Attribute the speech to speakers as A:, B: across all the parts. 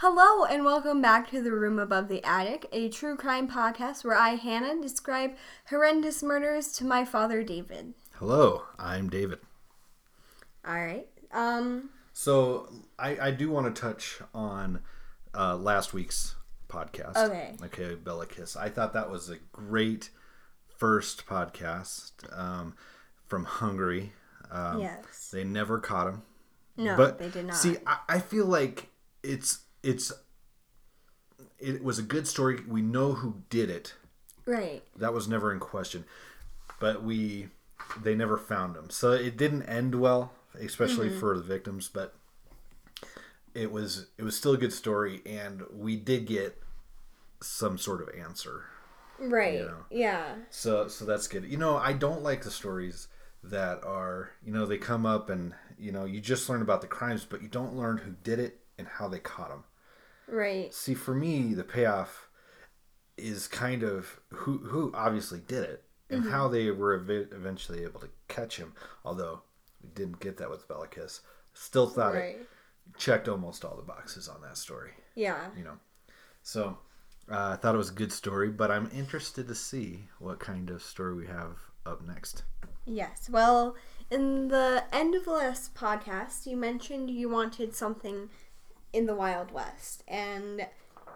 A: Hello, and welcome back to The Room Above the Attic, a true crime podcast where I, Hannah, describe horrendous murders to my father, David.
B: Hello, I'm David.
A: All right. Um,
B: So I, I do want to touch on uh, last week's podcast.
A: Okay.
B: Okay, Bella Kiss. I thought that was a great first podcast um, from Hungary. Um,
A: yes.
B: They never caught him.
A: No,
B: but
A: they did not.
B: See, I, I feel like it's it's it was a good story. We know who did it.
A: right.
B: That was never in question. But we they never found him. So it didn't end well, especially for the victims, but it was it was still a good story and we did get some sort of answer.
A: Right.
B: know.
A: Yeah.
B: So so that's good. You know, I don't like the stories that are, you know, they come up and, you know, you just learn about the crimes, but you don't learn who did it and how they caught them.
A: Right.
B: See, for me, the payoff is kind of who who obviously did it and
A: Mm-hmm.
B: how they were ev- eventually able to catch him. Although we didn't get that with Bellicus, still thought
A: Right.
B: it checked almost all the boxes on that story.
A: Yeah.
B: You know, so uh, I thought it was a good story, but I'm interested to see what kind of story we have up next.
A: Yes. Well, in the end of the last podcast, you mentioned you wanted something in the Wild West, and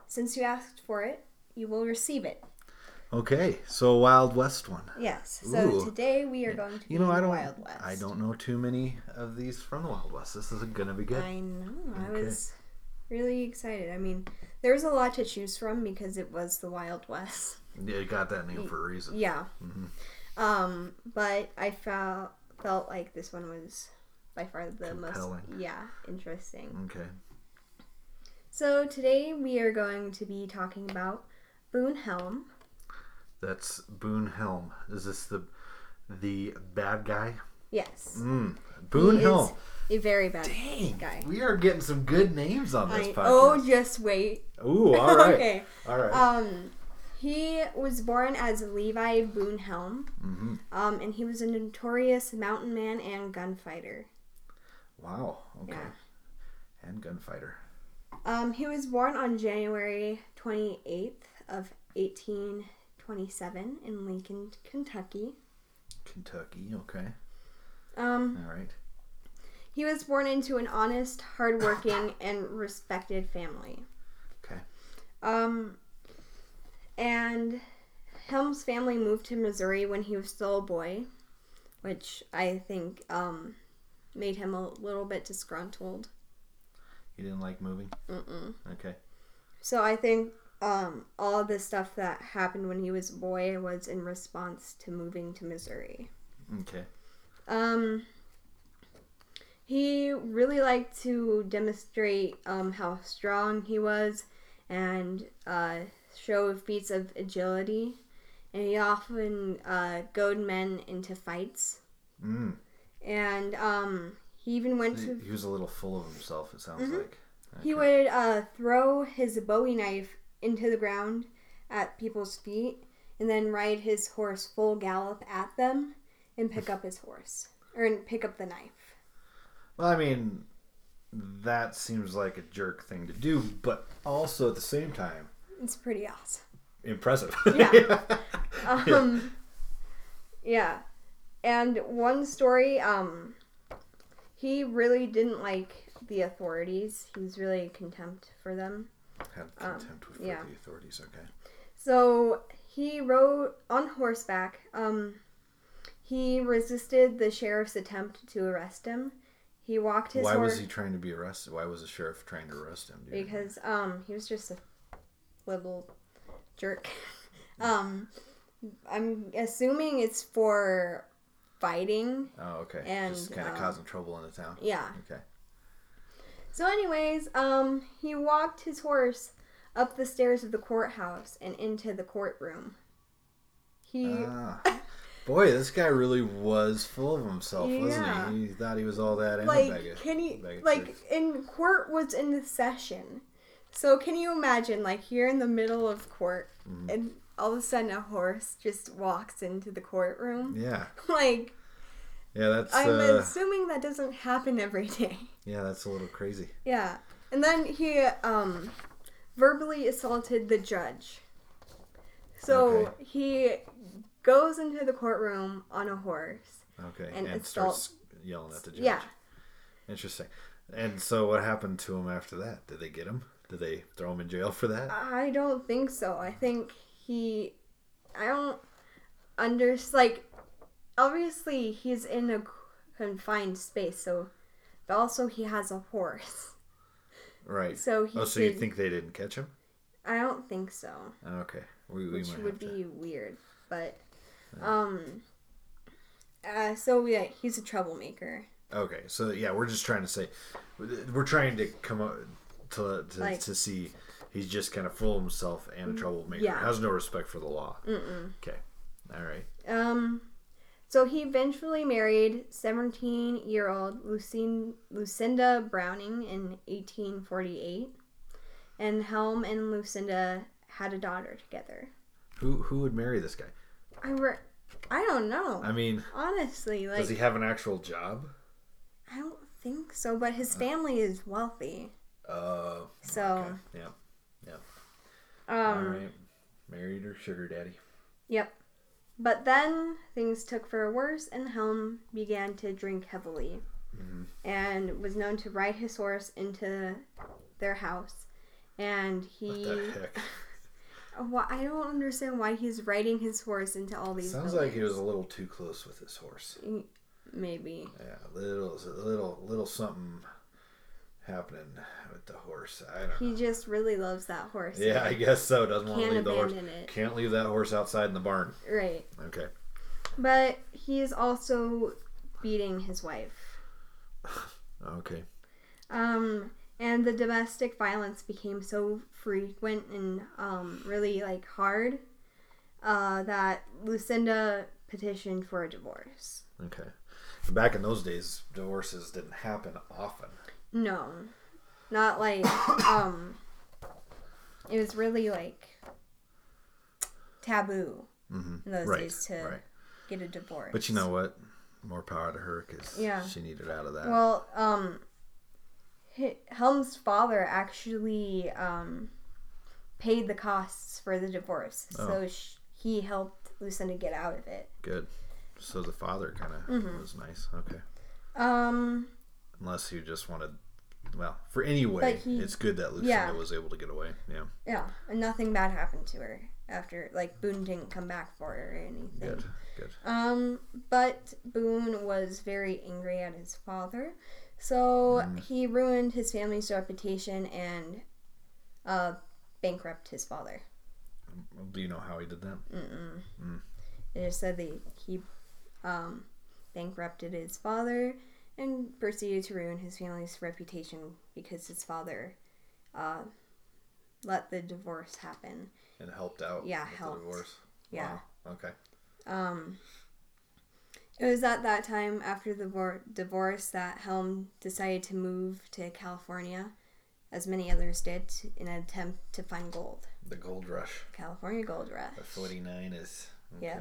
A: since you asked for it, you will receive it.
B: Okay, so a Wild West one.
A: Yes. So
B: Ooh.
A: today we are going to be
B: You know,
A: in
B: I
A: the
B: don't,
A: Wild West.
B: I don't know too many of these from the Wild West. This is gonna be good.
A: I know. I
B: Okay.
A: was really excited. I mean, there was a lot to choose from because it was the Wild West.
B: Yeah, you got that name for a reason.
A: Yeah.
B: Mm-hmm.
A: Um, but I felt felt like this one was by far the most
B: Compelling. Mm.
A: yeah interesting.
B: Okay.
A: So today we are going to be talking about Boone Helm.
B: That's Boone Helm. Is this the the bad guy?
A: Yes.
B: Mm. Boone
A: He
B: Helm.
A: is a very bad
B: Dang,
A: guy.
B: we are getting some good names on this
A: I- oh,
B: podcast.
A: just wait.
B: Ooh, all right.
A: okay.
B: All right.
A: Um, he was born as Levi Boone Helm,
B: Mm-hmm.
A: um, and he was a notorious mountain man and gunfighter.
B: wow. Okay.
A: yeah.
B: And gunfighter.
A: Um, he was born on January 28th of 1827 in Lincoln, Kentucky.
B: Kentucky. Okay.
A: Um,
B: All right.
A: he was born into an honest, hardworking, and respected family.
B: Okay.
A: Um, and Helm's family moved to Missouri when he was still a boy, which I think um, made him a little bit disgruntled.
B: You didn't like moving.
A: Mm-mm.
B: Okay.
A: So I think um, all the stuff that happened when he was a boy was in response to moving to Missouri.
B: Okay.
A: Um, he really liked to demonstrate um, how strong he was and uh, show feats of agility. And he often uh, goad men into fights.
B: Mm.
A: And um, he even went
B: He,
A: to.
B: he was a little full of himself. It
A: Mm-hmm.
B: sounds like.
A: He would uh, throw his bowie knife into the ground at people's feet and then ride his horse full gallop at them and pick up his horse or pick up the knife.
B: Well, I mean, that seems like a jerk thing to do, but also at the same time,
A: It's pretty awesome.
B: impressive.
A: Yeah. Um, yeah. And one story, um, he really didn't like the authorities. He was really contempt for them.
B: Have contempt for
A: Um, yeah.
B: the authorities. Okay.
A: So he rode on horseback. Um, he resisted the sheriff's attempt to arrest him. He walked his
B: Why
A: horse
B: was he trying to be arrested? Why was the sheriff trying to arrest him? Dude?
A: because um, he was just a little jerk. um, I'm assuming it's for fighting.
B: oh, okay.
A: and,
B: Just kind of
A: um,
B: causing trouble in the town.
A: Yeah.
B: Okay.
A: So, anyways, um, he walked his horse up the stairs of the courthouse and into the courtroom. He
B: Ah. Boy, this guy really was full of himself,
A: Yeah.
B: wasn't he? He thought he was all that. and a bag
A: like
B: of-
A: can you
B: bag of
A: like
B: tricks.
A: in court was in the session so can you imagine like you're in the middle of court
B: Mm-hmm.
A: and all of a sudden a horse just walks into the courtroom
B: Yeah.
A: like
B: Yeah. That's.
A: i'm
B: uh,
A: assuming that doesn't happen every day
B: yeah. That's a little crazy.
A: yeah And then he um, verbally assaulted the judge. So
B: Okay.
A: he goes into the courtroom on a horse.
B: Okay.
A: And
B: And,
A: assault-
B: starts yelling at the judge.
A: Yeah.
B: Interesting. And so what happened to him after that? Did they get him? Did they throw him in jail for that?
A: I don't think so. I think he. I don't under like. Obviously, he's in a confined space, so. But also, he has a horse,
B: right.
A: so he.
B: oh, so you
A: could-
B: think they didn't catch him?
A: I don't think so,
B: Okay. We, we
A: which
B: might
A: would
B: have to.
A: be weird, but. Um. Uh, so yeah, he's a troublemaker.
B: Okay. So yeah, we're just trying to say, we're trying to come up to to,
A: Like- Mm,
B: to see he's just kind of full of himself and a troublemaker.
A: yeah.
B: Has no respect for the law. Okay. All right.
A: Um, so he eventually married 17-year-old Lucine, Lucinda Browning in 1848, and Helm and Lucinda had a daughter together.
B: Who who would marry this guy?
A: I re- I don't know.
B: I mean,
A: Honestly, like
B: does he have an actual job?
A: I don't think so, but his family is wealthy.
B: Uh.
A: So,
B: okay. Yeah. All
A: Oh, um
B: right. Married or sugar daddy?
A: Yep. But then things took for a worse, and Helm began to drink heavily
B: Mm-hmm.
A: and was known to ride his horse into their house. And
B: What
A: he.
B: the heck?
A: Why- I don't understand why he's riding his horse into all these.
B: Sounds like he was a little too close with his horse.
A: buildings. Maybe.
B: Yeah, little, little, little something happening with the horse. I don't.
A: He just really loves that horse.
B: Yeah, I guess so. Doesn't want to
A: Can't
B: leave the horse.
A: abandon it.
B: Can't leave that horse outside in the barn.
A: Right.
B: Okay.
A: But he is also beating his wife.
B: Okay.
A: Um, and the domestic violence became so frequent and um, really like hard uh, that Lucinda petitioned for a divorce.
B: Okay. Back in those days, divorces didn't happen often.
A: No, not like um, it was really like taboo in those
B: Mm-hmm. Right.
A: days to
B: Right.
A: get a divorce.
B: But you know what? More power to her because
A: Yeah.
B: she needed out of that.
A: Well, um, H- Helm's father actually um, paid the costs for the divorce, so sh- he helped Lucinda get out of it.
B: Good. So the father kind of
A: Mm-hmm.
B: was nice. Okay.
A: Um,
B: Unless you just wanted. Well, for any way,
A: But he-
B: it's good that Lucinda
A: yeah.
B: was able to get away. Yeah.
A: yeah, and nothing bad happened to her after. Like Boone didn't come back for her or anything.
B: Good. Good.
A: Um, but Boone was very angry at his father, so he ruined his family's reputation and uh, bankrupt his father.
B: Do you know how he did that?
A: Mm. It just said that he um, bankrupted his father and proceeded to ruin his family's reputation because his father uh, let the divorce happen.
B: And helped out.
A: Yeah,
B: with
A: helped.
B: The divorce.
A: Yeah.
B: Wow. Okay.
A: Um, it was at that time after the vor- divorce that Helm decided to move to California, as many others did, t- in an attempt to find gold.
B: The gold rush.
A: California gold rush.
B: The 49 is. Okay.
A: Yeah.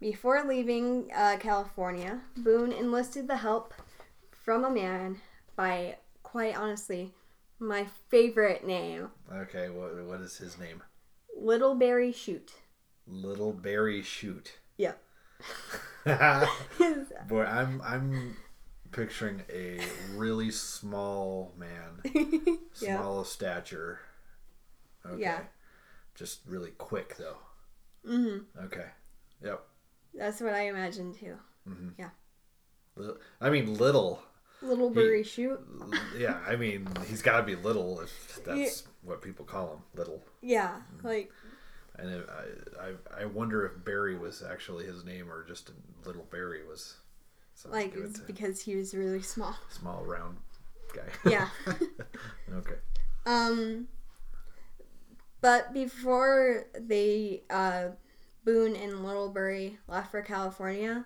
A: Before leaving uh, California, Boone enlisted the help from a man by, quite honestly, my favorite name,
B: Okay, what, what is his name?
A: Little Barry Shoot.
B: Little Barry Shoot.
A: Yep.
B: Boy,
A: His-
B: I'm I'm picturing a really small man,
A: Yeah.
B: small of stature. Okay.
A: Yeah.
B: Just really quick though.
A: hmm
B: Okay. Yep.
A: That's what I imagined too.
B: Li- I mean little.
A: Little Barry Shoot.
B: Yeah, I mean he's got to be little if that's what people call him, little.
A: Yeah, like
B: And it, I, I I wonder if Barry was actually his name or just little Barry was something
A: like
B: given
A: it's
B: to him.
A: because he was really small.
B: small round guy.
A: Yeah.
B: okay.
A: Um, but before they, uh, Boone and Littlebury left for California,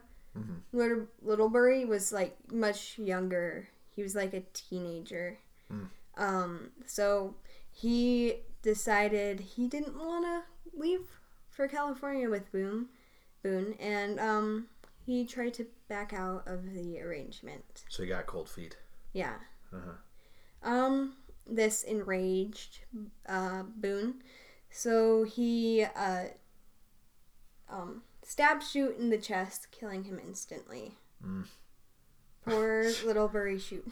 A: Little Littlebury was like much younger. He was like a teenager. Um, so he decided he didn't want to leave for California with Boone, Boone, and um, he tried to back out of the arrangement.
B: So he got cold feet.
A: Yeah.
B: Uh-huh.
A: um, this enraged uh, Boone. So he uh, um, stabbed Shoot in the chest, killing him instantly.
B: Mm.
A: Poor little Bury Shoot.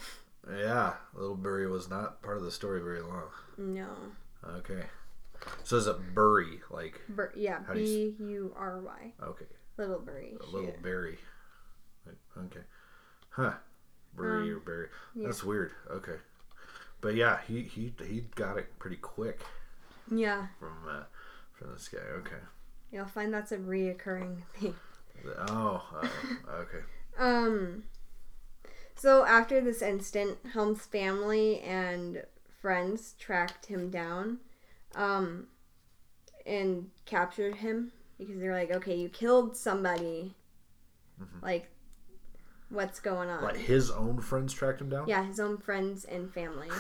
B: Yeah, Little Bury was not part of the story very long.
A: No.
B: Okay. So is it Bury? Like,
A: Bur- yeah,
B: How do you
A: B U R Y.
B: okay,
A: Little Bury.
B: a
A: Shoot.
B: little berry. Like, Okay. Huh. Bury or berry.
A: Um, yeah.
B: That's weird. Okay. But yeah, he, he he got it pretty quick
A: Yeah,
B: from uh, from this guy. Okay.
A: you'll find that's a reoccurring thing.
B: The- Oh, uh, okay.
A: Um. So after this incident, Helm's family and friends tracked him down, um, and captured him because they're like, "Okay, you killed somebody.
B: Mm-hmm.
A: Like, what's going on?"
B: Like his own friends tracked him down.
A: Yeah, his own friends and family.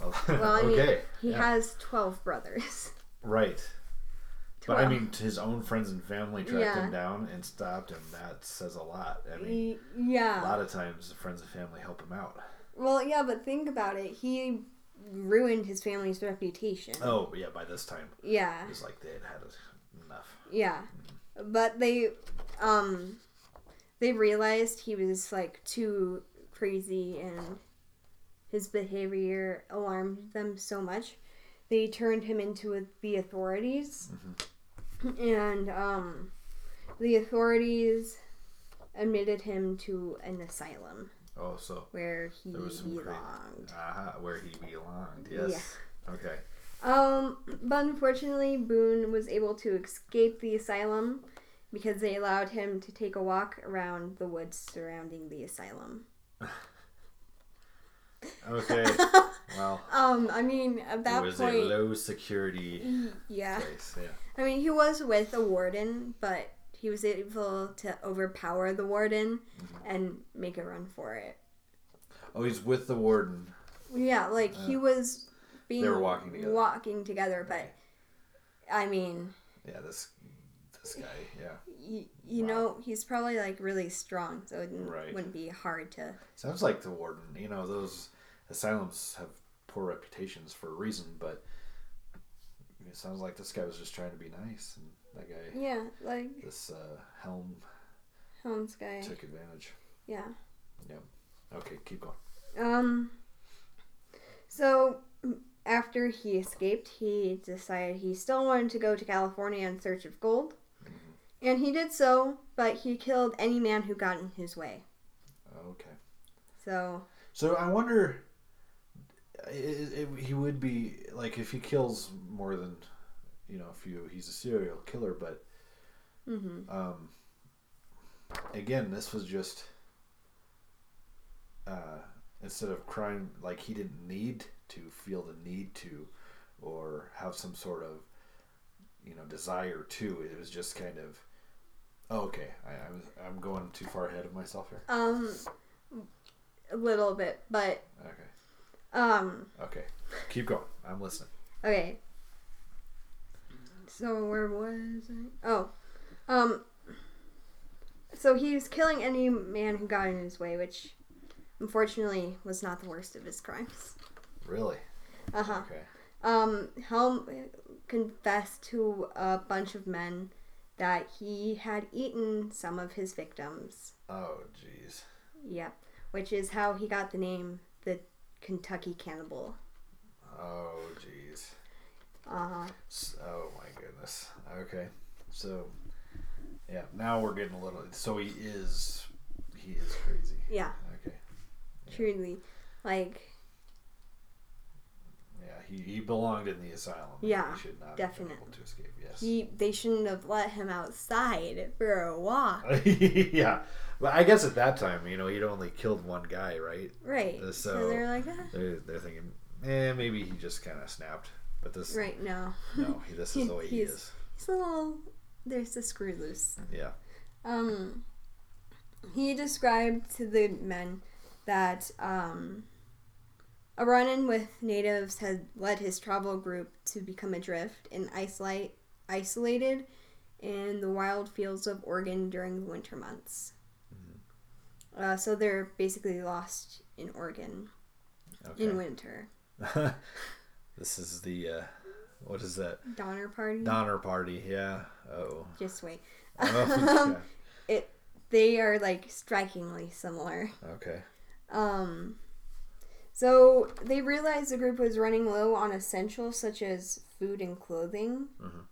A: Well, I
B: Oh. okay.
A: mean, he
B: yeah.
A: has twelve brothers.
B: right. But I
A: Twelve.
B: mean, his own friends and family tracked
A: Yeah.
B: him down and stopped him. That says a lot. I mean,
A: Y-
B: a
A: yeah.
B: lot of times the friends and family help him out.
A: Well, yeah, but think about it. He ruined his family's reputation.
B: Oh yeah, by this time
A: Yeah,
B: it was like they had had enough.
A: yeah. But they, um, they realized he was like too crazy and his behavior alarmed them so much. They turned him into the authorities,
B: Mm-hmm.
A: and um, the authorities admitted him to an asylum
B: Oh, so
A: where he
B: There was some
A: belonged.
B: great- aha, where he belonged. Yes. Okay.
A: Um, but unfortunately, Boone was able to escape the asylum because they allowed him to take a walk around the woods surrounding the asylum.
B: Okay. well,
A: Um, I mean, at
B: it
A: that
B: was a
A: point,
B: low security
A: yeah.
B: place. Yeah.
A: I mean, he was with a warden, but he was able to overpower the warden
B: Mm-hmm.
A: and make a run for it.
B: Oh, he's with the warden.
A: Yeah, like he was being
B: Uh, They were walking together.
A: walking together, but
B: Right.
A: I mean,
B: Yeah. This. This guy. Yeah.
A: y- you
B: Wow.
A: know, he's probably like really strong, so it
B: Right.
A: wouldn't be hard to.
B: Sounds like the warden. You know, those asylums have poor reputations for a reason, but it sounds like this guy was just trying to be nice, and that guy,
A: Yeah, like
B: this uh, helm,
A: Helm's guy.
B: took advantage.
A: Yeah.
B: Okay, keep going.
A: Um. So after he escaped, he decided he still wanted to go to California in search of gold, and he did so. But he killed any man who got in his way.
B: Okay.
A: So
B: So I wonder, i i i he would be like if he kills more than you know a few, he's a serial killer. But
A: mhm.
B: um, again, this was just uh, instead of crime, like he didn't need to feel the need to, or have some sort of you know desire to. It was just kind of. Oh, okay, I, I was, I'm going too far ahead of myself here.
A: um, a little bit, but
B: Okay,
A: um.
B: okay, keep going. I'm listening.
A: Okay. So where was I? Oh, um. So he was killing any man who got in his way, which, unfortunately, was not the worst of his crimes.
B: Really?
A: Uh huh.
B: Okay.
A: Um, Helm confessed to a bunch of men that he had eaten some of his victims.
B: Oh, jeez.
A: Yep, which is how he got the name the Kentucky Cannibal.
B: Oh, jeez.
A: Uh huh.
B: S- Oh my goodness. Okay. So, yeah. Now we're getting a little. So he is. He is crazy.
A: Yeah,
B: Okay.
A: truly, like
B: Yeah. He, he belonged in the asylum. and
A: Yeah,
B: He should not
A: definitely.
B: Have been able to escape. Yes.
A: He, they shouldn't have let him outside for a walk.
B: yeah. Well, I guess at that time, you know, he'd only killed one guy, right?
A: Right.
B: Uh,
A: So,
B: so-
A: they're like, ah,
B: They're, they're thinking, eh, maybe he just kind of snapped. But this,
A: right, no.
B: no, he- this is the way he
A: He's-
B: is.
A: He's a little, there's the screw loose.
B: Yeah.
A: Um, he described to the men that, um, a run in with natives had led his travel group to become adrift and isolate, isolated in the wild fields of Oregon during the winter
B: Mm-hmm.
A: months. Uh, so they're basically lost in Oregon.
B: Okay.
A: in winter.
B: this is the uh, what is that
A: Donner Party.
B: Donner Party? Yeah. Oh.
A: Just wait.
B: oh
A: It they are like strikingly similar.
B: yeah. Okay.
A: Um, so they realized the group was running low on essentials such as food and clothing.
B: Mhm.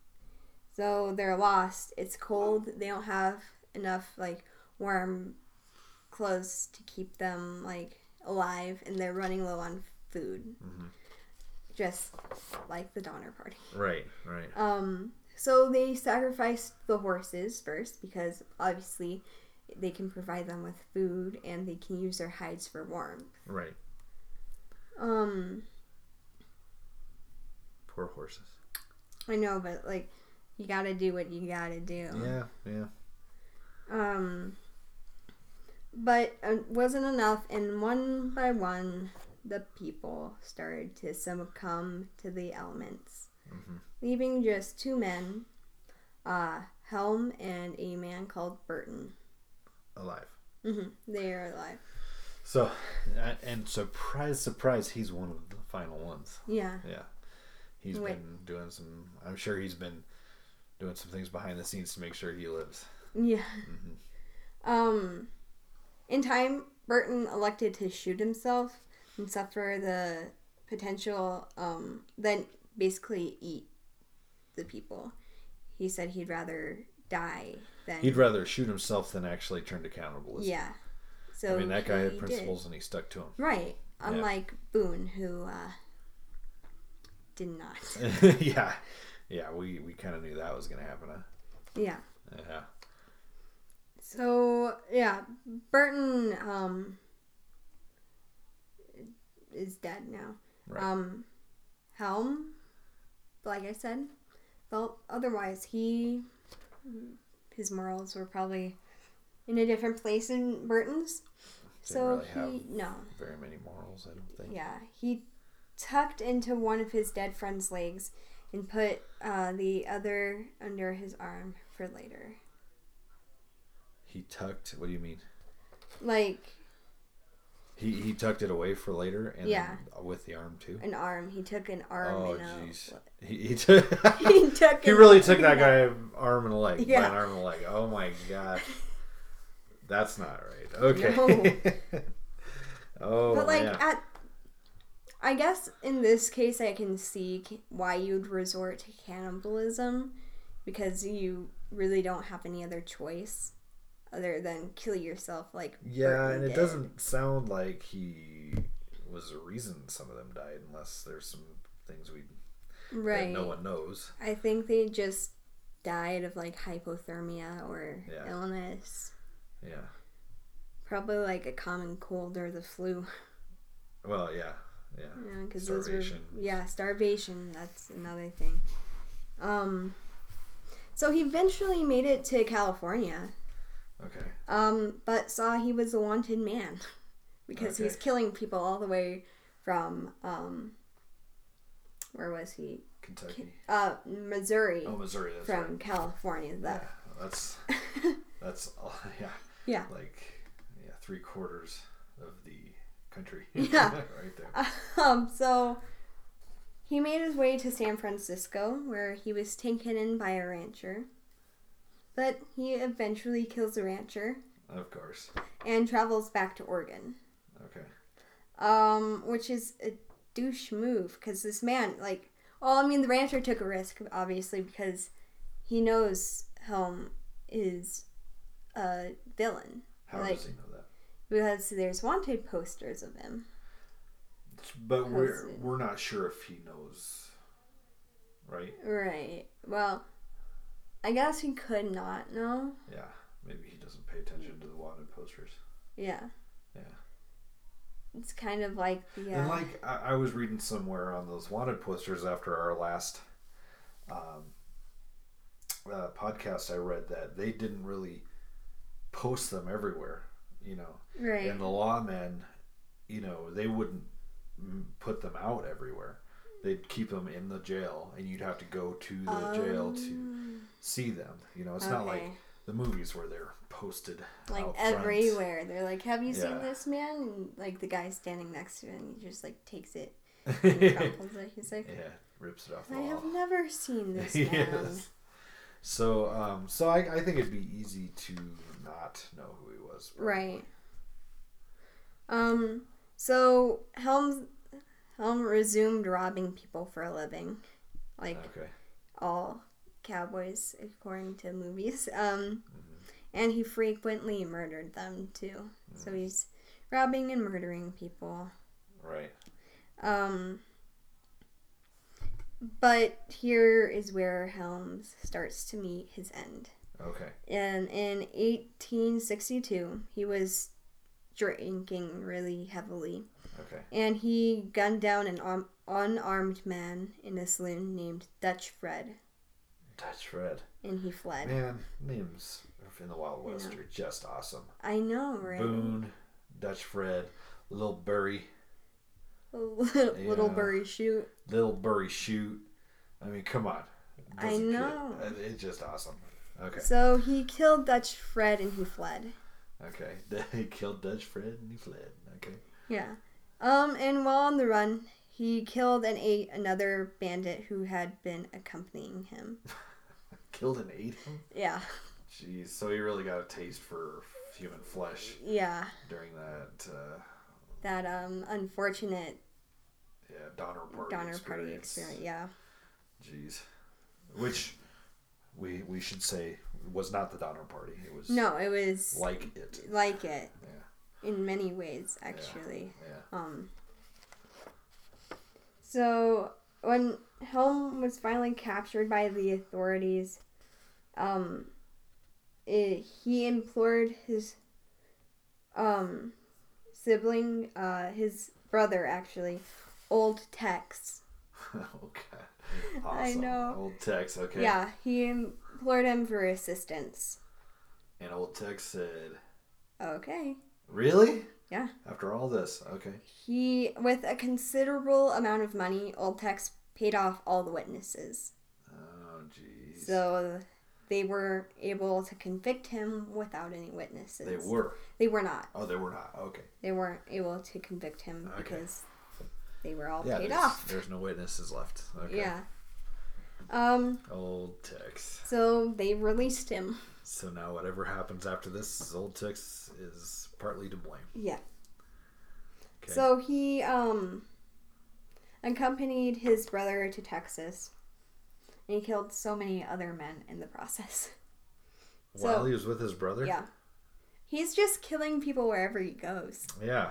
A: So they're lost. It's cold. They don't have enough like warm clothes to keep them like alive, and they're running low on food.
B: Mhm.
A: Just like the Donner Party.
B: Right. Right.
A: Um, so they sacrificed the horses first because obviously they can provide them with food and they can use their hides for warmth.
B: Right.
A: Um,
B: Poor horses.
A: I know, but like, you gotta do what you gotta do.
B: Yeah. Yeah.
A: Um, but it wasn't enough, and one by one, the people started to succumb to the elements,
B: Mhm.
A: leaving just two men, uh, Helm and a man called Burton.
B: Alive.
A: hmm They are alive.
B: So, uh, and surprise, surprise, he's one of the final ones.
A: Yeah.
B: Yeah. he's
A: Wait.
B: been doing some, I'm sure he's been doing some things behind the scenes to make sure he lives.
A: Yeah.
B: Mhm.
A: Um, in time, Burton elected to shoot himself and suffer the potential, um, then basically eat the people. He said he'd rather die than.
B: He'd rather shoot himself than actually turn to cannibalism.
A: yeah. So
B: I mean, that guy
A: he
B: had
A: did.
B: principles and he stuck to
A: Right. Unlike Boone, who, uh, did not.
B: them. yeah. Yeah, we, we kind of knew that was going to happen. Huh?
A: Yeah.
B: Yeah.
A: So yeah, Burton um is dead now.
B: Right.
A: Um Helm, like I said, felt otherwise. He his morals were probably in a different place than Burton's. so
B: really
A: he
B: have-
A: no.
B: Very many morals, I don't think.
A: Yeah, he tucked into one of his dead friend's legs and put uh, the other under his arm for later.
B: He tucked, what do you mean?
A: Like
B: He, he tucked it away for later and
A: Yeah.
B: then with the arm too.
A: an arm. He took an arm.
B: Oh
A: and a-
B: jeez. He, he took
A: he took.
B: He
A: an
B: really
A: arm
B: took that
A: and a-
B: guy arm and a leg. Yeah.
A: Yeah.
B: An arm and a leg. Oh my gosh. That's not right. Okay. oh
A: But like
B: man.
A: at, I guess in this case I can see c- why you'd resort to cannibalism, because you really don't have any other choice, other than kill yourself. Like
B: yeah,
A: Burton
B: and it
A: did.
B: doesn't sound like he was the reason some of them died, unless there's some things we
A: right.
B: that no one knows.
A: I think they just died of like hypothermia or
B: Yeah.
A: illness.
B: Yeah.
A: Probably like a common cold or the flu.
B: Well, yeah, yeah.
A: Yeah, because those were
B: Starvation.
A: yeah starvation. That's another thing. Um, so he eventually made it to California,
B: Okay.
A: um, but saw he was a wanted man because he's
B: Okay.
A: killing people all the way from um, where was he?
B: Kentucky.
A: Uh, Missouri
B: Oh, Missouri. That's
A: from
B: right.
A: California.
B: Yeah,
A: That
B: that's that's all. Yeah.
A: Yeah.
B: Like yeah, three quarters of the country.
A: Yeah.
B: right there.
A: Um, so he made his way to San Francisco, where he was taken in by a rancher. But he eventually kills the rancher
B: Of course.
A: and travels back to Oregon,
B: Okay.
A: um, which is a douche move because this man, like, well, I mean, the rancher took a risk, obviously, because he knows Helm is a villain
B: How
A: Like-
B: does he know that?
A: because there's wanted posters of him.
B: But
A: does
B: we're
A: it-
B: we're not sure if he knows, right?
A: Right. Well, I guess he could not know.
B: Yeah. Maybe he doesn't pay attention to the wanted posters.
A: Yeah.
B: Yeah.
A: It's kind of like the. Uh,
B: And like I, I was reading somewhere on those wanted posters after our last um, uh, podcast, I read that they didn't really post them everywhere. You know,
A: right.
B: and the lawmen, you know, they wouldn't mm, put them out everywhere. They'd keep them in the jail, and you'd have to go to the jail to
A: Um,
B: see them. You know, it's not like
A: okay.
B: the movies where they're posted
A: like
B: out front.
A: everywhere. They're like, "Have you
B: Yeah.
A: seen this man?" And like the guy standing next to him, he just like takes it and crumples it. He's like,
B: Yeah, rips it off the
A: "I
B: wall.
A: have never seen this man."
B: yes. So, um, so I, I think it'd be easy to not know who he was.
A: Right. Um. So Helm Helm resumed robbing people for a living, like
B: Okay.
A: all cowboys according to movies. Um, and he frequently murdered them too. So he's robbing and murdering people.
B: Right.
A: Um, but here is where Helms starts to meet his end.
B: Okay.
A: And in 1862, he was drinking really heavily,
B: Okay.
A: and he gunned down an arm- unarmed man in a saloon named Dutch Fred,
B: Dutch Fred.
A: and he fled.
B: Man, names in the Wild West are just awesome.
A: I know, right?
B: Boone, Dutch Fred, Little Burry,
A: Little, little
B: Yeah.
A: Bury shoot.
B: Little Burry Shoot. I mean, come on.
A: I
B: Doesn't kid-
A: know.
B: it- It's just awesome. Okay.
A: So he killed Dutch Fred and he fled.
B: Okay. He killed Dutch Fred and he fled. Okay.
A: Yeah. Um, and while on the run, he killed and ate another bandit who had been accompanying him.
B: Killed and ate him?
A: Yeah,
B: Jeez. So he really got a taste for human flesh
A: yeah.
B: during that. Uh,
A: That um unfortunate
B: Yeah, Donner Party.
A: Donner
B: experience.
A: Party experience. Yeah.
B: Jeez, which we we should say was not the Donner Party. It was
A: No, it was like,
B: like
A: it
B: it. Yeah,
A: in many ways, actually.
B: yeah.
A: Um. So when Helm was finally captured by the authorities, um, it, he implored his um sibling, uh, his brother actually, old Tex,
B: oh god, awesome.
A: know.
B: Old Tex, okay.
A: Yeah, he implored him for assistance.
B: And Old Tex said,
A: Okay.
B: "Really?
A: Yeah.
B: After all this, okay."
A: He, with a considerable amount of money, Old Tex paid off all the witnesses.
B: Oh jeez.
A: So they were able to convict him without any witnesses.
B: they were.
A: They were not.
B: Oh, they were not. Okay.
A: They weren't able to convict him
B: Okay.
A: because they were all
B: Yeah.
A: paid
B: there's,
A: off.
B: there's no witnesses left. Okay.
A: Yeah. Um.
B: Old Tex.
A: So they released him.
B: So now whatever happens after this, is Old Tex is partly to blame.
A: Yeah.
B: Okay.
A: So he um accompanied his brother to Texas. And he killed so many other men in the process. so-
B: While he was with his brother.
A: yeah. He's just killing people wherever he goes.
B: Yeah,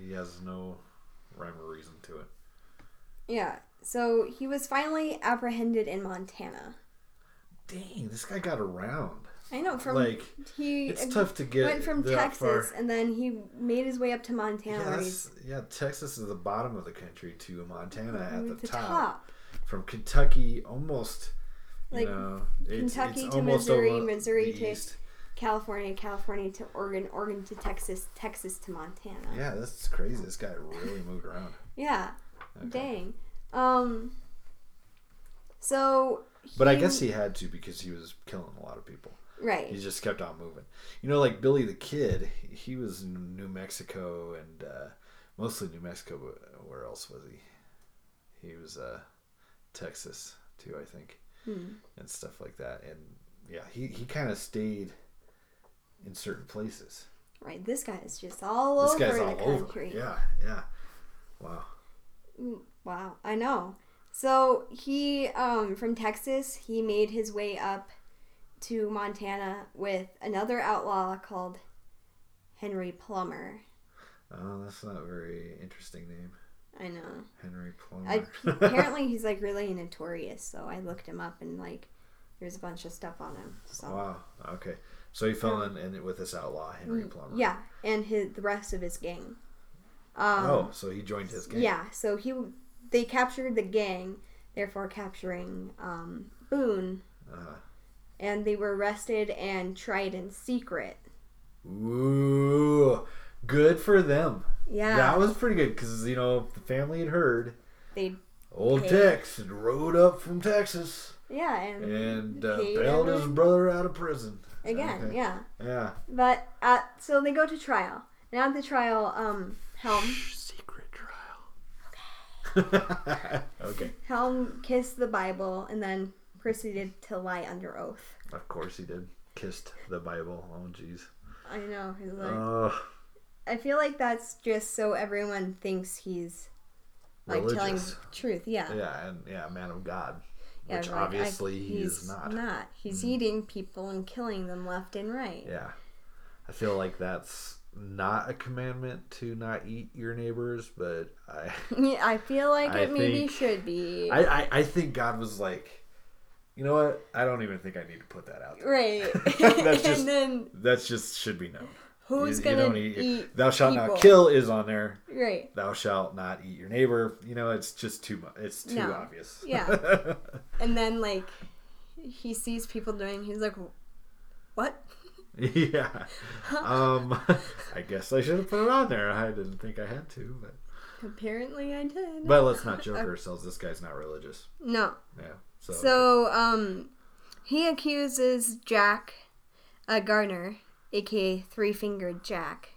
B: he has no rhyme or reason to it.
A: Yeah. So he was finally apprehended in Montana.
B: Dang, this guy got around.
A: I know from
B: like,
A: he
B: it's
A: ag-
B: tough to get.
A: went from
B: that
A: Texas
B: far.
A: and then he made his way up to Montana
B: Yeah,
A: where
B: that's,
A: he's
B: yeah, Texas is the bottom of the country to Montana at the,
A: at Mm, the
B: top.
A: top.
B: From Kentucky, almost. You
A: Like,
B: know, it's,
A: Kentucky
B: it's
A: to
B: almost
A: Missouri,
B: over
A: Missouri
B: the
A: to-
B: east.
A: California, California to Oregon, Oregon to Texas, Texas to Montana.
B: Yeah, that's crazy. This guy really moved around.
A: Yeah.
B: Okay.
A: Dang. Um. So.
B: But I guess he had to because he was killing a lot of people.
A: Right.
B: He just kept on moving. You know, like Billy the Kid, he was in New Mexico and uh, mostly New Mexico, but where else was he? He was uh, Texas too, I think,
A: Hmm.
B: and stuff like that. And yeah, he, he kind of stayed in certain places.
A: right. This guy is just all
B: This
A: over
B: guy's
A: the
B: all over.
A: country.
B: Yeah, yeah. Wow.
A: Mm, Wow. I know. So he, um, from Texas, he made his way up to Montana with another outlaw called Henry Plummer.
B: Oh, that's not a very interesting name.
A: I know.
B: Henry Plummer.
A: I, apparently, he's like really notorious. So I looked him up and like, there's a bunch of stuff on him. So.
B: wow. Okay. So he fell in, in it with this outlaw, Henry Plummer.
A: Mm, Yeah, and his the rest of his gang. Um,
B: oh, so he joined his gang.
A: Yeah, so he they captured the gang, therefore capturing um, Boone,
B: Uh-huh.
A: and they were arrested and tried in secret.
B: Ooh, good for them.
A: Yeah,
B: That was pretty good because you know the family had heard
A: they
B: old
A: Yeah.
B: Tex had rode up from Texas
A: yeah and
B: and uh,
A: paid
B: bailed his
A: everyone.
B: brother out of prison.
A: again.
B: Okay.
A: Yeah.
B: Yeah.
A: But at, so they go to trial, and at the trial, um, Helm
B: Secret trial. okay.
A: Helm kissed the Bible and then proceeded to lie under oath.
B: Of course he did. Kissed the Bible. Oh, jeez.
A: I know. He's like,
B: Oh,
A: I feel like that's just so everyone thinks he's like telling
B: religious.
A: the truth. Yeah.
B: Yeah, and yeah, man of God,
A: Yeah,
B: which
A: like, I-
B: obviously he is not. Mm-hmm.
A: He's eating people and killing them left and right.
B: Yeah, I feel like that's not a commandment to not eat your neighbors, but I,
A: Yeah, I feel like
B: I
A: it maybe
B: think-
A: should be.
B: I, I, I think God was like, you know what? I don't even think I need to put that out. There.
A: right.
B: That's just-
A: and then
B: That's just should be known. You-
A: who's
B: you
A: going
B: don't
A: to
B: eat-
A: eat,
B: Thou shalt not
A: people?
B: kill is on there.
A: Right.
B: Thou shalt not eat your neighbor. You know, it's just too much. It's too
A: No.
B: obvious.
A: Yeah. And then, like, he sees people doing, he's like, what?
B: yeah. Um, I guess I should have put it on there. I didn't think I had to, but
A: Apparently I did.
B: But let's not joke ourselves. This guy's not religious.
A: no.
B: Yeah. So,
A: So, um, he accuses Jack uh, Garner, aka Three Fingered Jack.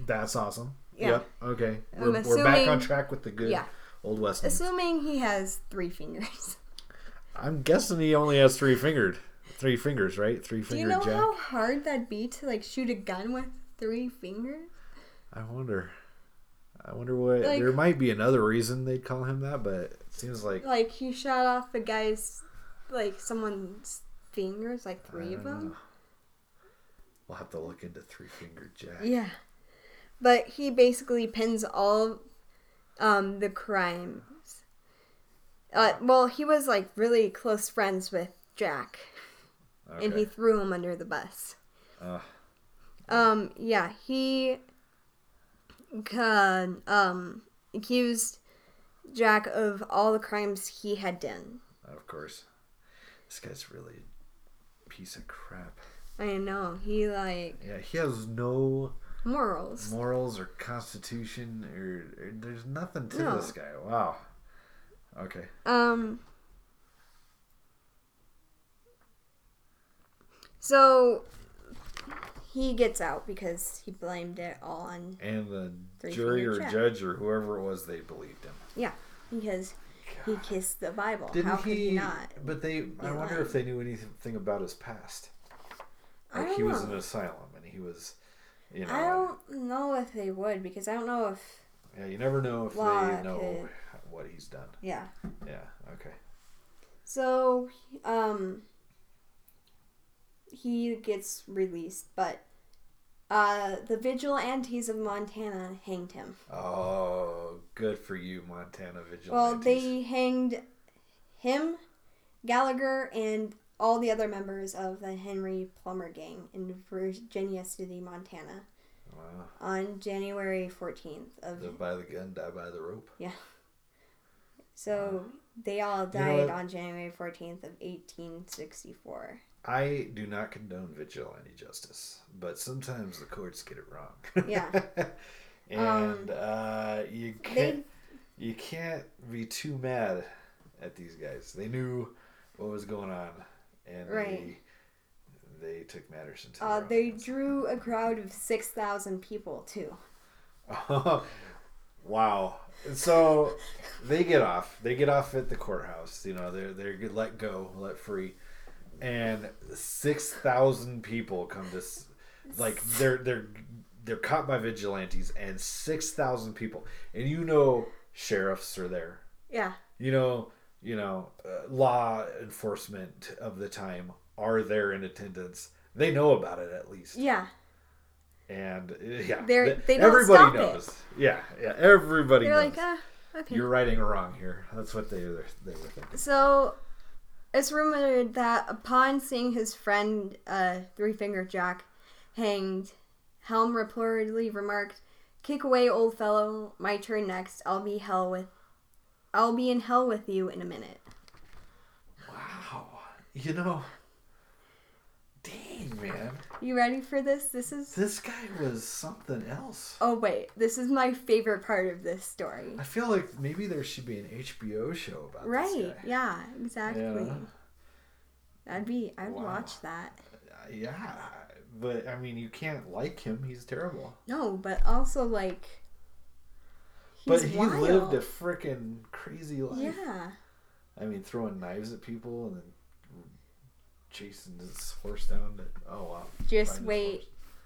B: that's awesome.
A: Yeah.
B: Yep. Okay.
A: I'm
B: We're, we're back on
A: assuming-
B: track with the good
A: Yeah.
B: old West. names.
A: Assuming he has three fingers.
B: I'm guessing he only has three fingered, three fingers, right? Three
A: Do you
B: fingered
A: know
B: Jack.
A: how hard that'd be to, like, shoot a gun with three fingers?
B: I wonder. I wonder what.
A: Like-
B: there might be another reason they'd call him that, but it seems like
A: Like, he shot off a guy's, like, someone's fingers, like three of
B: I don't
A: them.
B: know. We'll have to look into three fingered Jack.
A: Yeah. But he basically pins all um, the crimes. Uh, well, he was like really close friends with Jack,
B: Okay.
A: and he threw him under the bus.
B: Ugh.
A: Um, yeah, he con- um, accused Jack of all the crimes he had done.
B: Of course. This guy's really a piece of crap.
A: I know he like
B: Yeah, he has no
A: morals.
B: morals or constitution or, or there's nothing to
A: No.
B: this guy. Wow. Okay.
A: Um. So he gets out because he blamed it all on
B: And the
A: Three
B: jury
A: finger
B: or
A: Jack.
B: judge or whoever it was, they believed him.
A: yeah because he kissed the Bible.
B: Didn't
A: How could he, not?
B: But they, I wonder
A: lied.
B: if they knew anything about his past.
A: I
B: Like he
A: don't
B: was in
A: know.
B: an asylum and he was, you know,
A: I don't know if they would because I don't know if
B: yeah. You never know if
A: Law
B: they know what he's done.
A: yeah.
B: Yeah. Okay.
A: So um. He gets released, but uh, the vigilantes of Montana hanged him.
B: Oh, good for you, Montana vigilantes.
A: Well, they hanged him, Gallagher, and all the other members of the Henry Plummer gang in Virginia City, Montana,
B: Wow.
A: on January 14th of
B: Live by the gun, die by the rope.
A: so they all
B: You know
A: died
B: what?
A: on January 14th of 1864.
B: I do not condone vigilante justice, but sometimes the courts get it wrong.
A: Yeah. Um,
B: and uh, you
A: They
B: can't you can't be too mad at these guys. They knew what was going on, and
A: Right.
B: they they took matters into
A: uh,
B: their
A: they
B: own
A: drew a crowd of 6,000 people too.
B: hands. wow. So they get off. They get off at the courthouse. You know, they're they're get let go, let free, and six thousand people come to. s- Like they're they're they're caught by vigilantes, and six thousand people, and you know sheriffs are there.
A: Yeah.
B: you know, you know, uh, law enforcement of the time are there in attendance. They know about it at least,
A: Yeah.
B: and uh, yeah,
A: They're-
B: th-
A: they don't
B: everybody
A: stop it.
B: knows. Yeah, yeah, everybody
A: They're
B: knows.
A: like, ah, okay.
B: You're writing or wrong here. That's what they were, they were thinking.
A: So, it's rumored that upon seeing his friend uh, Three Finger Jack hanged, Helm reportedly remarked, "Kick away, old fellow. My turn next. I'll be hell with, I'll be in hell with you in a minute."
B: Wow, you know, dang man,
A: You ready for this? This is.
B: this guy was something else.
A: Oh wait, this is my favorite part of this story.
B: I feel like maybe there should be an HBO show about
A: Right?
B: this guy.
A: Yeah. Exactly.
B: Yeah.
A: I'd be I'd
B: Wow.
A: watch that.
B: Uh, yeah, but I mean, you can't like him. He's terrible.
A: No, but also like
B: but
A: he's
B: he
A: wild.
B: lived a freaking crazy life.
A: yeah.
B: I mean, throwing knives at people and then chasing his horse down. To, oh wow!
A: Just
B: Riding his
A: wait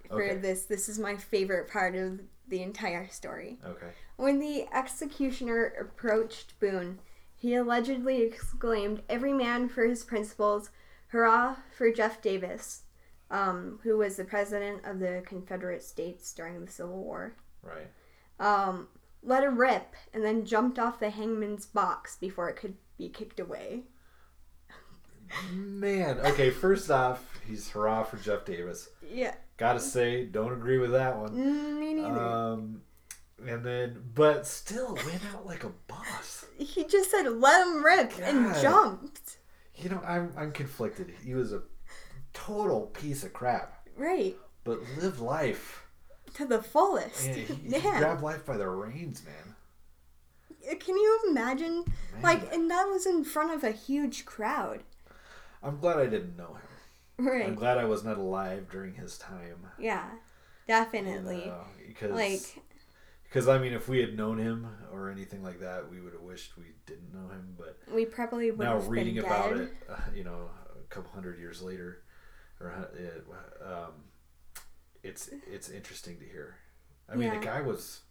A: for
B: Okay.
A: this. This is my favorite part of the entire story.
B: horse. Okay.
A: When the executioner approached Boone, he allegedly exclaimed, Every man for his principles, hurrah for Jeff Davis, um, who was the president of the Confederate States during the Civil War.
B: Right.
A: Um, let it rip, and then jumped off the hangman's box before it could be kicked away.
B: Man. Okay. First off, he's hurrah for Jeff Davis.
A: Yeah, Mm,
B: Gotta say, don't agree with that one.
A: me neither.
B: Um, and then, but still went out like a boss.
A: he just said, Let him rip, and
B: God.
A: jumped.
B: You know, I'm I'm conflicted. He was a total piece of crap,
A: Right,
B: but lived life.
A: to the fullest.
B: Man, he, he
A: Man.
B: grabbed life by the reins, man.
A: Uh, Can you imagine?
B: Man.
A: Like, and that was in front of a huge crowd.
B: I'm glad I didn't know him. I'm
A: Right.
B: glad I was not alive during his time.
A: Yeah.
B: you
A: Definitely.
B: know, because
A: Like,
B: because I mean, if we had known him or anything like that, we would have wished we didn't know him. But
A: we probably would
B: now
A: have been
B: reading
A: dead.
B: about it, uh, you know, a couple hundred years later, or hu- it, um, it's it's interesting to hear. I mean,
A: Yeah.
B: the guy was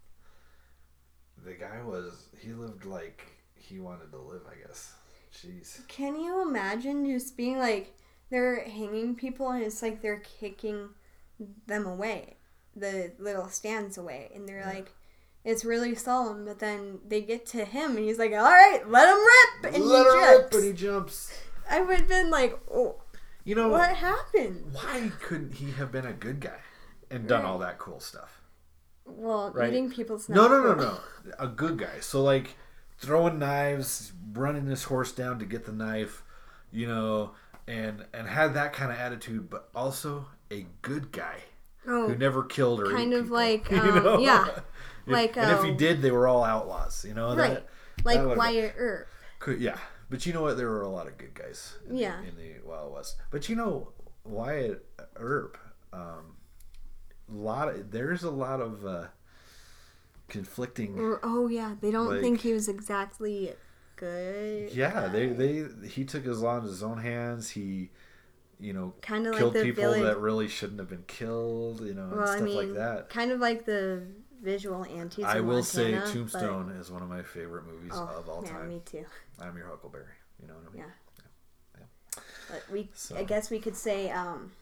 B: the guy was he lived like he wanted to live. I guess. Jeez.
A: Can you imagine just being like, they're hanging people and it's like they're kicking them away, the little stands away. And they're
B: Yeah.
A: like, it's really solemn. But then they get to him and he's like, all right, let him rip. And
B: Let
A: he
B: her rip,
A: jumps.
B: and he jumps.
A: I would have been like, oh,
B: You know
A: what happened?
B: Why couldn't he have been a good guy and done
A: Right.
B: all that cool stuff?
A: Well,
B: Right.
A: eating people's
B: No, no,
A: knuckles.
B: no, no. A good guy. So like throwing knives, running his horse down to get the knife, you know, and and had that kind of attitude, but also a good guy
A: Oh,
B: who never killed or ate
A: kind of
B: people,
A: like, um, yeah,
B: If-
A: like,
B: and if he
A: um,
B: did, they were all outlaws. You know
A: Right.
B: that.
A: like
B: would've been-
A: Wyatt Earp.
B: Could, yeah, but you know what? There were a lot of good guys. In
A: Yeah.
B: The, in the Wild West, but you know Wyatt Earp, um, lot of, there's a lot of uh, conflicting.
A: Or, oh yeah, they don't
B: Like-
A: think he was exactly good.
B: Yeah, they they he took his law into his own hands. He, you know,
A: Kinda like
B: killed
A: the
B: people
A: village-
B: that really shouldn't have been killed. You know, and
A: well,
B: stuff
A: I mean,
B: like that.
A: kind of like the visual antis.
B: I
A: in
B: will
A: Montana,
B: say
A: but-
B: Tombstone is one of my favorite movies
A: Oh,
B: of all
A: yeah,
B: time.
A: me too.
B: I'm your Huckleberry. You know what I mean?
A: Yeah. But we, I
B: So-
A: guess we could say, um,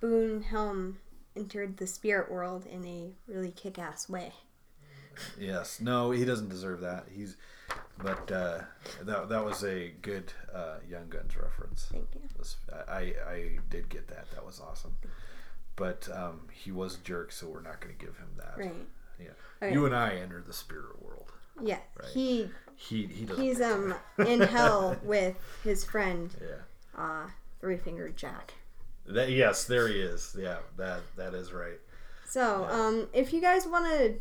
A: Boone Helm entered the spirit world in a really kick-ass way.
B: Yes. No, he doesn't deserve that. He's, but uh, that that was a good uh, Young Guns reference.
A: Thank you.
B: Was- I I did get that. That was awesome. But um, he was a jerk, so we're not going to give him that.
A: Right.
B: Yeah.
A: Okay.
B: You and I entered the spirit world.
A: Yeah. He
B: He he doesn't.
A: he's um in hell with his friend
B: yeah.
A: uh Three Fingered Jack.
B: That yes, there he is. Yeah. That that is right.
A: So, um, if you guys want to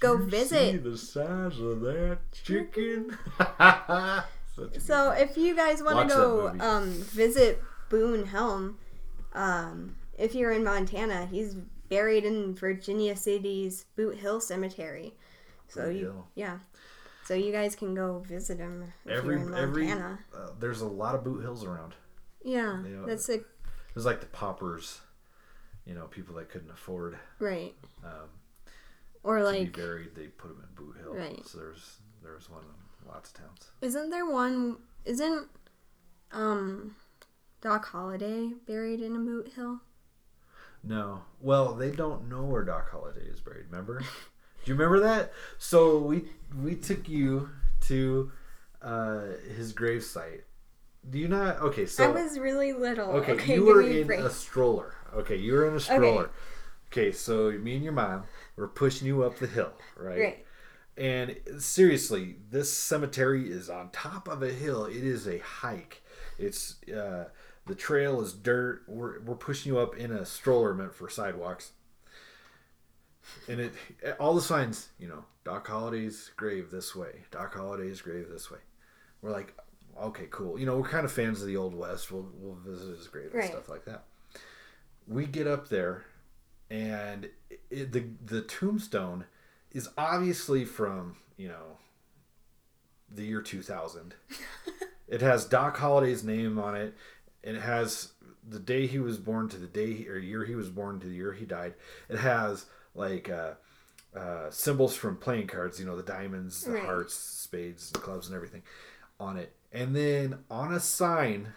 A: go
B: See
A: visit,
B: the size of that chicken. Such a-
A: so if you guys want
B: Watch
A: to
B: that
A: go
B: movie.
A: um, visit Boone Helm, um, if you're in Montana, he's buried in Virginia City's Boot Hill Cemetery. So
B: Boot
A: you,
B: Hill.
A: yeah, so you guys can go visit him if
B: every
A: you're in
B: every
A: Montana.
B: uh, there's a lot of boot hills around.
A: yeah,
B: they are-
A: that's a
B: It was like the paupers, you know, people that couldn't afford
A: right
B: um,
A: or
B: to be
A: like
B: buried. They put them in Boot Hill.
A: Right.
B: So there's there's one in lots of towns.
A: Isn't there one? Isn't um Doc Holliday buried in a boot hill?
B: No, well, they don't know where Doc Holliday is buried. Remember? Do you remember that? So we we took you to uh, his grave site. Do you not? Okay, so
A: I was really little.
B: okay,
A: Okay,
B: you
A: give
B: were
A: me a
B: in
A: break.
B: a stroller. Okay, you were in a stroller. Okay, so me and your mom were pushing you up the hill,
A: Right.
B: And seriously, this cemetery is on top of a hill. It is a hike. It's uh, the trail is dirt. We're, we're pushing you up in a stroller meant for sidewalks. And it all the signs, you know, Doc Holliday's grave this way, Doc Holliday's grave this way. We're like, okay, cool. You know, we're kind of fans of the Old West. We'll, we'll visit his grave
A: Right.
B: and stuff like that. We get up there, and it, the the tombstone is obviously from you know the year two thousand. it has Doc Holliday's name on it. and It has the day he was born to the day he, or year he was born to the year he died. It has like uh, uh, symbols from playing cards, you know, the diamonds, the
A: Right.
B: hearts, spades, and clubs, and everything on it. And then on a sign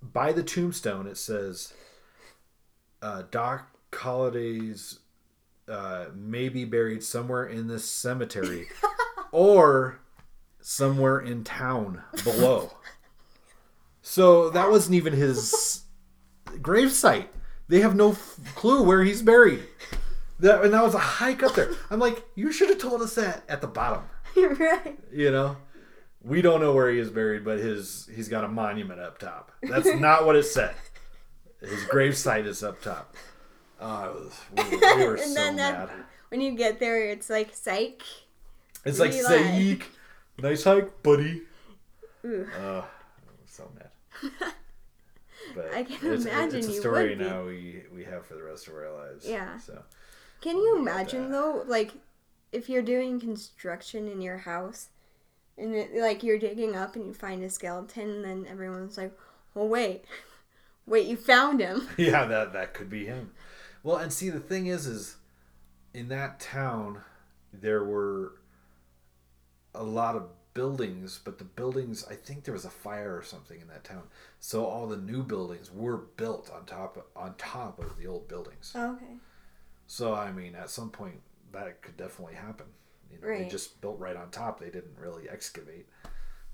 B: by the tombstone, it says uh, Doc Holliday's uh, may be buried somewhere in this cemetery or somewhere in town below. so that wasn't even his gravesite. They have no f- clue where he's buried. That, and that was a hike up there. I'm like, you should have told us that at the bottom.
A: right.
B: You know, we don't know where he is buried, but his he's got a monument up top. That's not what it said. His gravesite is up top. Oh, I was, we, were- we were
A: And
B: so
A: then that-
B: mad.
A: When you get there, it's like psych.
B: It's like,
A: Eli.
B: say, eek. nice hike, buddy.
A: Ooh.
B: Uh, I'm so mad. But
A: I can
B: it's,
A: imagine
B: it's a
A: you
B: story
A: would be.
B: now we, we have for the rest of our lives.
A: Yeah.
B: So
A: Can you
B: Oh my God,
A: imagine
B: that-
A: though, like if you're doing construction in your house, and it, like you're digging up and you find a skeleton, and then everyone's like, "Well, wait, wait, you found him."
B: yeah, that that could be him. Well, and see, the thing is, is in that town there were a lot of buildings, but the buildings, I think there was a fire or something in that town, so all the new buildings were built on top of, on top of the old buildings.
A: Okay.
B: So I mean, at some point, that could definitely happen. You know, They
A: Right.
B: just built right on top; they didn't really excavate.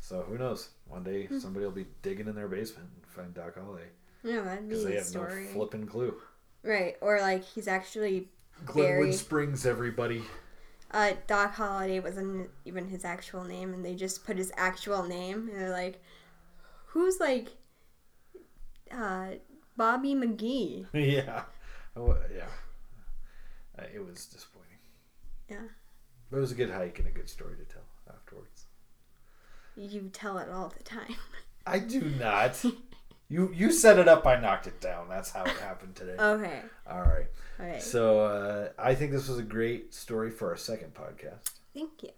B: So who knows? One day
A: Hmm.
B: somebody will be digging in their basement and find Doc Holliday
A: Yeah, that'd be
B: because they
A: a
B: have
A: story.
B: no flipping clue.
A: right, or like he's actually
B: Glenwood
A: Very.
B: Springs, everybody.
A: uh, Doc Holliday wasn't even his actual name, and they just put his actual name, and they're like, "Who's like, uh, Bobby McGee?"
B: yeah. Oh, yeah. Uh, it was disappointing.
A: Yeah.
B: But it was a good hike and a good story to tell afterwards.
A: You tell it all the time.
B: I do not. you you set it up. I knocked it down. That's how it happened today.
A: Okay.
B: All right.
A: Okay.
B: So uh, I think this was a great story for our second podcast.
A: Thank you.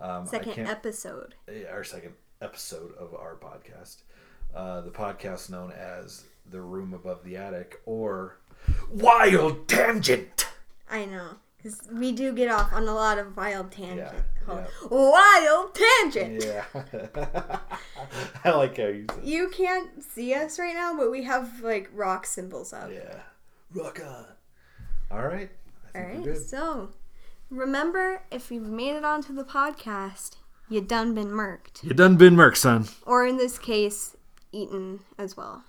B: Um, I
A: Second
B: can't-
A: episode.
B: eh, our second episode of our podcast, uh, the podcast known as "The Room Above the Attic" or "Wild Tangent."
A: I know. Because we do get off on a lot of wild tangent.
B: Yeah,
A: Hold- Wild tangent!
B: Yeah. I like how you said
A: You can't see us right now, but we have like rock symbols up.
B: Yeah. Rock on. All right. I think we're
A: Alright,
B: good.
A: so remember if you've made it onto the podcast, you done been murked.
B: You done been murk, son.
A: Or in this case, eaten as well.